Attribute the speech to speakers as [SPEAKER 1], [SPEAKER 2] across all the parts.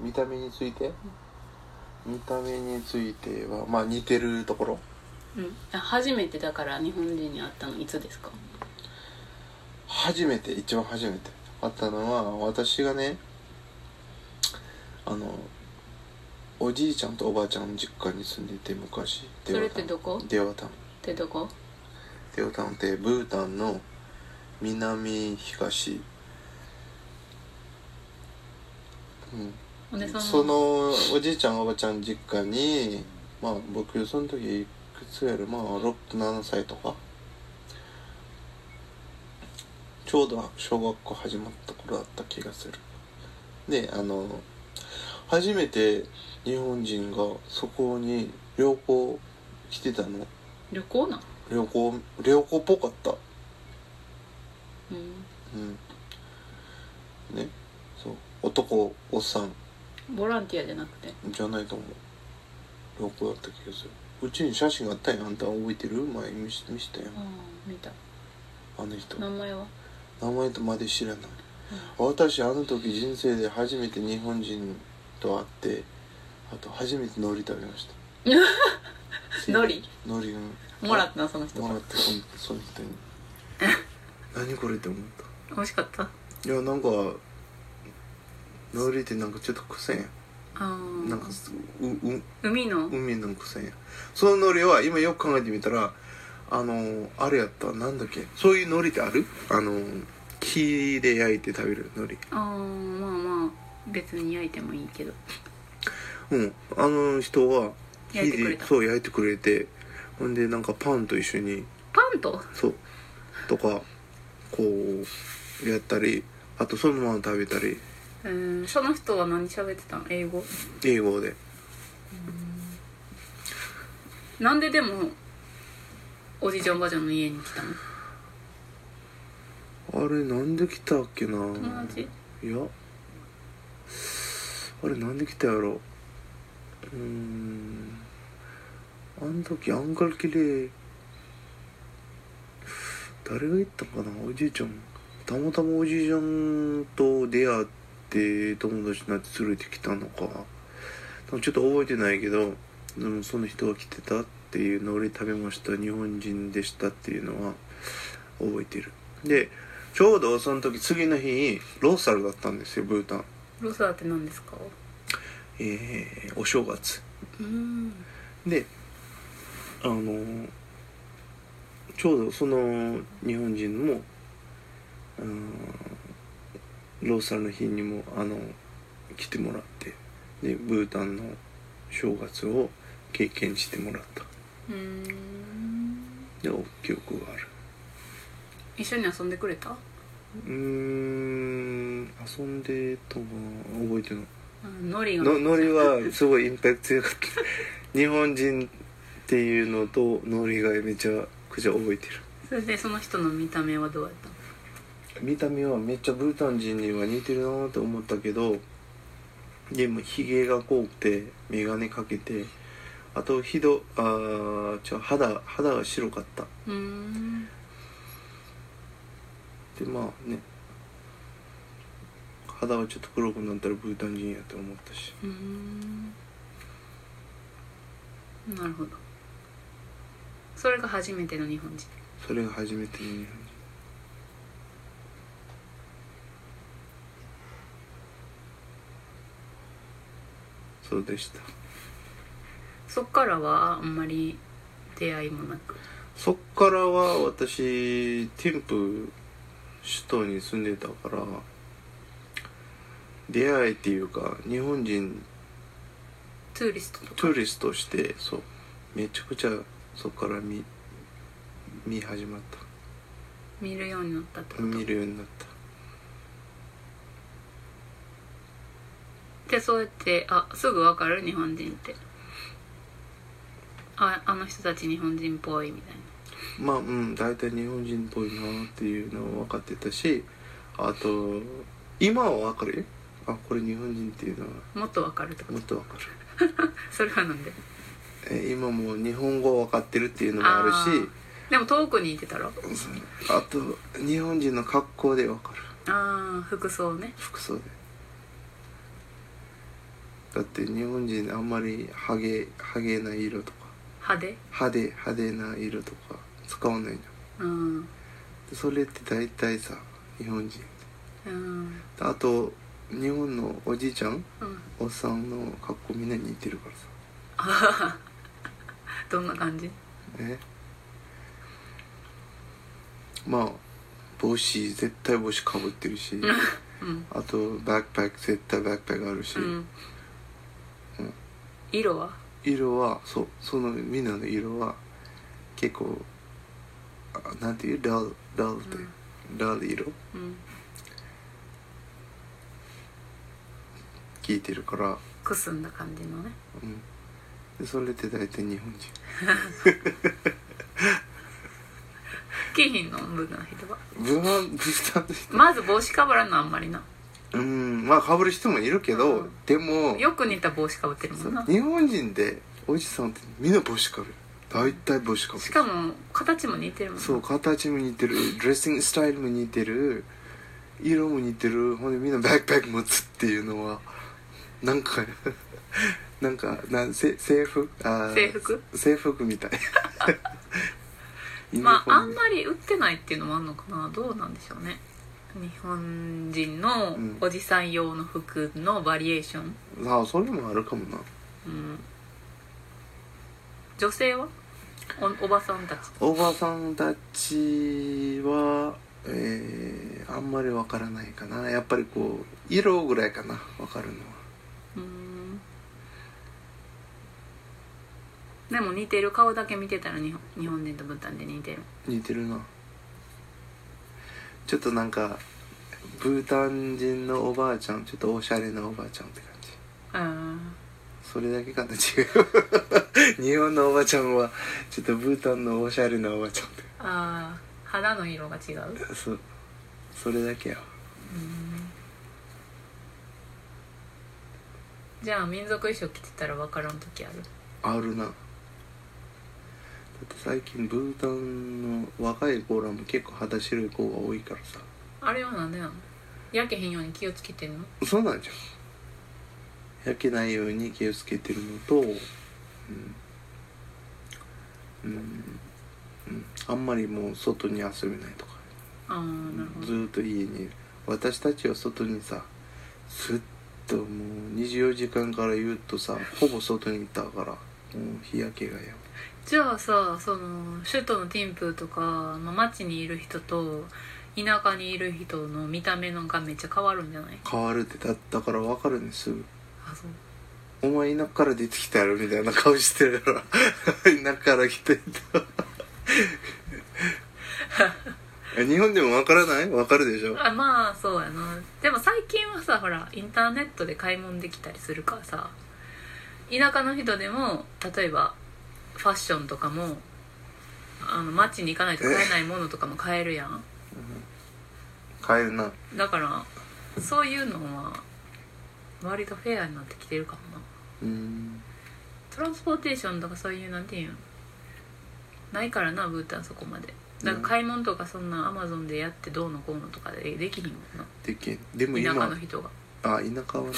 [SPEAKER 1] 見た目について見た目についてはまあ似てるところ
[SPEAKER 2] うん、あ初めてだから日本人に会ったのいつですか
[SPEAKER 1] 初めて一番初めてあったのは私がねあのおじいちゃんとおばあちゃんの実家に住んでて昔
[SPEAKER 2] それってどこ
[SPEAKER 1] デワタン
[SPEAKER 2] ってどこ
[SPEAKER 1] デワタンってブータンの南東うん
[SPEAKER 2] ほんでその
[SPEAKER 1] そのおじいちゃんおばちゃん実家にまあ僕その時いくつやるまあ67歳とかちょうど小学校始まった頃だった気がするであの初めて日本人がそこに旅行来てたの
[SPEAKER 2] 旅行なん、
[SPEAKER 1] 旅行旅行っぽかった
[SPEAKER 2] うん、
[SPEAKER 1] うんねそう男おっさん
[SPEAKER 2] ボランティアじゃなくて
[SPEAKER 1] じゃないと思う旅行だった気がするうちに写真があったやんあんた覚えてる前見し見せたやん
[SPEAKER 2] ああ見た
[SPEAKER 1] あの人
[SPEAKER 2] 名前は
[SPEAKER 1] 名前とまで知らない私あの時人生で初めて日本人と会ってあと初めて海苔食べました
[SPEAKER 2] 海苔
[SPEAKER 1] 海苔うん
[SPEAKER 2] もらったなその人
[SPEAKER 1] もらったそのその人に何これって思っ
[SPEAKER 2] 美味しかったあ
[SPEAKER 1] たいやなんか海苔ってなんかちょっと臭いやん
[SPEAKER 2] あ
[SPEAKER 1] なんかうう
[SPEAKER 2] 海の
[SPEAKER 1] 海の臭いやんそのノリは今よく考えてみたらあのーあれやったなんだっけそういうノリってあるあのー木で焼いて食べるノリ
[SPEAKER 2] ああまあまあ別に焼いてもいいけど
[SPEAKER 1] うんあの人は木
[SPEAKER 2] 焼いてくれ
[SPEAKER 1] で
[SPEAKER 2] た
[SPEAKER 1] そう焼いてくれてほんでなんかパンと一緒に
[SPEAKER 2] パンと
[SPEAKER 1] そうとかこうやったりあとそのまま食べたり
[SPEAKER 2] うんその人は何喋ってたの英語
[SPEAKER 1] 英語で
[SPEAKER 2] なんででもおじいちゃんおばあちゃんの家に来たの
[SPEAKER 1] あれなんで来たっけな
[SPEAKER 2] 友達
[SPEAKER 1] いやあれなんで来たやろうーんあの時アンカルキレ誰が行ったんかなおじいちゃんたまたまおじいちゃんと出会って友達になって連れてきたのかでもちょっと覚えてないけどでもその人が来てたっていうのを俺食べました日本人でしたっていうのは覚えてるでちょうどその時次の日ローサルだったんですよブータン
[SPEAKER 2] ロサーって何ですか
[SPEAKER 1] えーお正月
[SPEAKER 2] うん
[SPEAKER 1] であのーちょうどその日本人もあーローサルの日にもあの来てもらってでブータンの正月を経験してもらった
[SPEAKER 2] うん
[SPEAKER 1] で記憶がある
[SPEAKER 2] 一緒に遊んでくれたあ
[SPEAKER 1] うーん遊んでたのかな覚えてない
[SPEAKER 2] ノリが
[SPEAKER 1] のノリはすごいインパクト強かった日本人っていうのとノリがめちゃくちゃ覚えてる
[SPEAKER 2] それでその人の見た目はどうやったの
[SPEAKER 1] 見た目はめっちゃブータン人には似てるなと思ったけどでもひげが濃くて眼鏡かけてあとひどあーちょ肌肌が白かった
[SPEAKER 2] うん
[SPEAKER 1] でまあね肌はちょっと黒くなったらブータン人やと思ったし
[SPEAKER 2] うんなるほどそれが初めての日本人
[SPEAKER 1] それが初めての日本人そうでした
[SPEAKER 2] そっからはあんまり出会いもなく
[SPEAKER 1] そっからは私テンプ首都に住んでたから出会いっていうか日本人
[SPEAKER 2] ツーリストと
[SPEAKER 1] ト
[SPEAKER 2] か
[SPEAKER 1] ゥーリストしてそうめちゃくちゃそっから見見始まっ
[SPEAKER 2] 見るようになったってこ
[SPEAKER 1] た
[SPEAKER 2] と
[SPEAKER 1] 見るようになった
[SPEAKER 2] でそうやってあすぐ分かる日本人ってああの人たち日本人っぽいみたいな
[SPEAKER 1] まあうん大体日本人っぽいなっていうのは分かってたしあと今は分かるよあこれ日本人っていうのは
[SPEAKER 2] もっと分かるってこ
[SPEAKER 1] も
[SPEAKER 2] と
[SPEAKER 1] っと分かる
[SPEAKER 2] それはなんで
[SPEAKER 1] え今もう日本語分かってるっていうのもあるし
[SPEAKER 2] でも遠くにいてたらあ
[SPEAKER 1] あと日本人の格好で分かる
[SPEAKER 2] あー服装ね
[SPEAKER 1] 服装でだって日本人あんまりハゲハゲな色とか
[SPEAKER 2] 派手
[SPEAKER 1] 派手派手な色とか使わないの
[SPEAKER 2] うん
[SPEAKER 1] でそれって大体さ日本人
[SPEAKER 2] うん
[SPEAKER 1] あと日本のおじいちゃん
[SPEAKER 2] うん
[SPEAKER 1] おっさんの格好みんなに似てるからさ
[SPEAKER 2] あははどんな感じ
[SPEAKER 1] ねまあ帽子絶対帽子かぶってるし
[SPEAKER 2] うん
[SPEAKER 1] あとバックパック絶対バックパックあるし、
[SPEAKER 2] うん色は
[SPEAKER 1] 色はそうそのみんなの色は結構あなんていうダルダルって、ダル色
[SPEAKER 2] うん
[SPEAKER 1] 聞いてるから、
[SPEAKER 2] くすんだ感じのね
[SPEAKER 1] うん、でそれって大体日本人
[SPEAKER 2] 貴品の部分の人は
[SPEAKER 1] 無難無難で
[SPEAKER 2] まず帽子かぶらんのあんまりな
[SPEAKER 1] うんまあかぶる人もいるけど、
[SPEAKER 2] うん
[SPEAKER 1] でも
[SPEAKER 2] よく似た帽子かぶってるもんな
[SPEAKER 1] 日本人でおじさんってみんな帽子かぶる大体帽子かぶる
[SPEAKER 2] しかも形も似てるもんな
[SPEAKER 1] そう形も似てるドレッシングスタイルも似てる色も似てるほんでみんなバックパック持つっていうのはなんか なんかなんせ制服あー
[SPEAKER 2] 制服
[SPEAKER 1] 制服み たい
[SPEAKER 2] まああん
[SPEAKER 1] ユニフォーム
[SPEAKER 2] まり売ってないっていうのもあんのかなどうなんでしょうね日本人の
[SPEAKER 1] うん
[SPEAKER 2] おじさん用の服のバリエーション、
[SPEAKER 1] あーそれもあるかもな
[SPEAKER 2] うん、女性はおおばさんたち
[SPEAKER 1] おばさんたちはえー、あんまりわからないかなやっぱりこう色ぐらいかなわかるのは
[SPEAKER 2] うんでも似てる顔だけ見てたら日本日本人とブタンで似てる
[SPEAKER 1] 似てるなちょっとなんかブータン人のおばあちゃんちょっとおしゃれなおばあちゃんって感じ
[SPEAKER 2] うん
[SPEAKER 1] それだけかな違う 日本のおばちゃんはちょっとブータンのおしゃれなおばちゃんって
[SPEAKER 2] ああ肌の色が違う
[SPEAKER 1] そそれだけや
[SPEAKER 2] じゃあ民族衣装着てたら分からん時ある
[SPEAKER 1] あるなだって最近ブータンの若い子らも結構肌白い子が多いからさ
[SPEAKER 2] あれはなんでなの焼けへんように気をつけてんの
[SPEAKER 1] そうなんじゃん焼けないように気をつけてるのとうん、うんうん、あんまりもう外に遊べないとか
[SPEAKER 2] ああなるほ
[SPEAKER 1] ず
[SPEAKER 2] ど
[SPEAKER 1] ーっと家にいる私たちは外にさすっともう24時間から言うとさほぼ外にいたからもう日焼けがや
[SPEAKER 2] じゃあさその首都のティンプーとか、まあ、街にいる人と田舎にいる人の見た目のがめっちゃ変わるんじゃない
[SPEAKER 1] 変わるってだったから分かるんですぐ
[SPEAKER 2] あそう
[SPEAKER 1] お前田舎から出てきたやろみたいな顔してるから 田舎から来てた 日本でもわからないわかるでしょ
[SPEAKER 2] あまあそうやなでも最近はさほらインターネットで買い物できたりするからさ田舎の人でも例えばファッションとかもあの街に行かないと買えないものとかも買えるやん
[SPEAKER 1] 買えるな
[SPEAKER 2] だからそういうのは割とフェアになってきてるかもな
[SPEAKER 1] うん
[SPEAKER 2] トランスポーテーションとかそういうなんていうんないからなブータンそこまでだから買い物とかそんなアマゾンでやってどうのこうのとかでできひんもんな
[SPEAKER 1] できんでも
[SPEAKER 2] 田舎
[SPEAKER 1] 今
[SPEAKER 2] の人が
[SPEAKER 1] あ田舎はね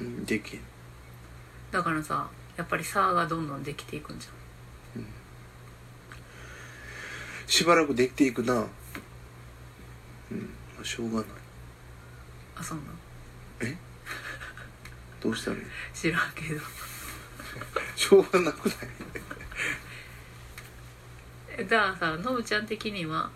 [SPEAKER 1] うんできん
[SPEAKER 2] だからさやっぱり差がどんどんできていくんじ
[SPEAKER 1] しばらくできていくなうんまあしょうがない
[SPEAKER 2] ゃんあそんなん
[SPEAKER 1] えどうしたらいい
[SPEAKER 2] 知らんけど
[SPEAKER 1] しょうがなくない
[SPEAKER 2] えだからさのぶちゃん的には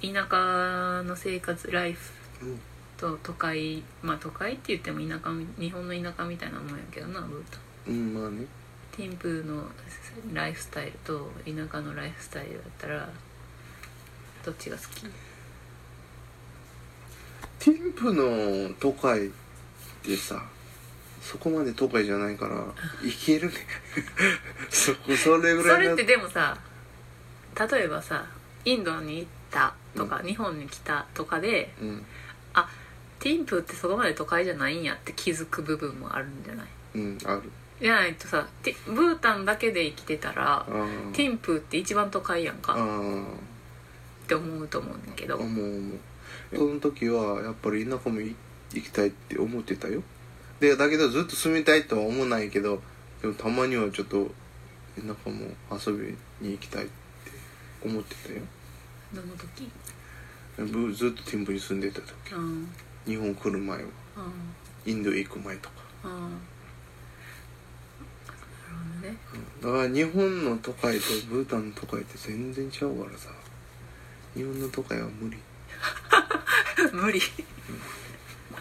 [SPEAKER 2] 田舎の生活ライフ
[SPEAKER 1] うん
[SPEAKER 2] と都会まあ都会って言っても田舎日本の田舎みたいなもんやけどなブータン
[SPEAKER 1] うんまあね
[SPEAKER 2] ティンプーのライフスタイルと田舎のライフスタイルだったらどっちが好き
[SPEAKER 1] ティンプの都会ってさそこまで都会じゃないから行け るねそこそれぐ
[SPEAKER 2] そ
[SPEAKER 1] らい
[SPEAKER 2] れ
[SPEAKER 1] の
[SPEAKER 2] ってでもさ例えばさインドに行ったとか、日本に来たとかで
[SPEAKER 1] うん
[SPEAKER 2] ティンプーってそこまで都会じゃないんやって気づく部分もあるんじゃない
[SPEAKER 1] うんある
[SPEAKER 2] じゃないとさティブータンだけで生きてたら
[SPEAKER 1] あー
[SPEAKER 2] ティンプーって一番都会や
[SPEAKER 1] あ
[SPEAKER 2] んかって思うと思うんだけ
[SPEAKER 1] ー
[SPEAKER 2] ど
[SPEAKER 1] 思う思うその時はやっぱり田舎もい行きたいって思ってたよでだけどずっと住みたいとは思わないけどでもたまにはちょっとなんかもう遊びに行きたいって思ってたよ
[SPEAKER 2] どの時
[SPEAKER 1] ぶずっとティンブに住んでた時
[SPEAKER 2] うん
[SPEAKER 1] 日本来る前は
[SPEAKER 2] うん
[SPEAKER 1] インドへ行く前とか
[SPEAKER 2] うんなるほどね
[SPEAKER 1] だから日本の都会とブータンの都会って全然ちゃうからさ日本の都会は無理
[SPEAKER 2] 無理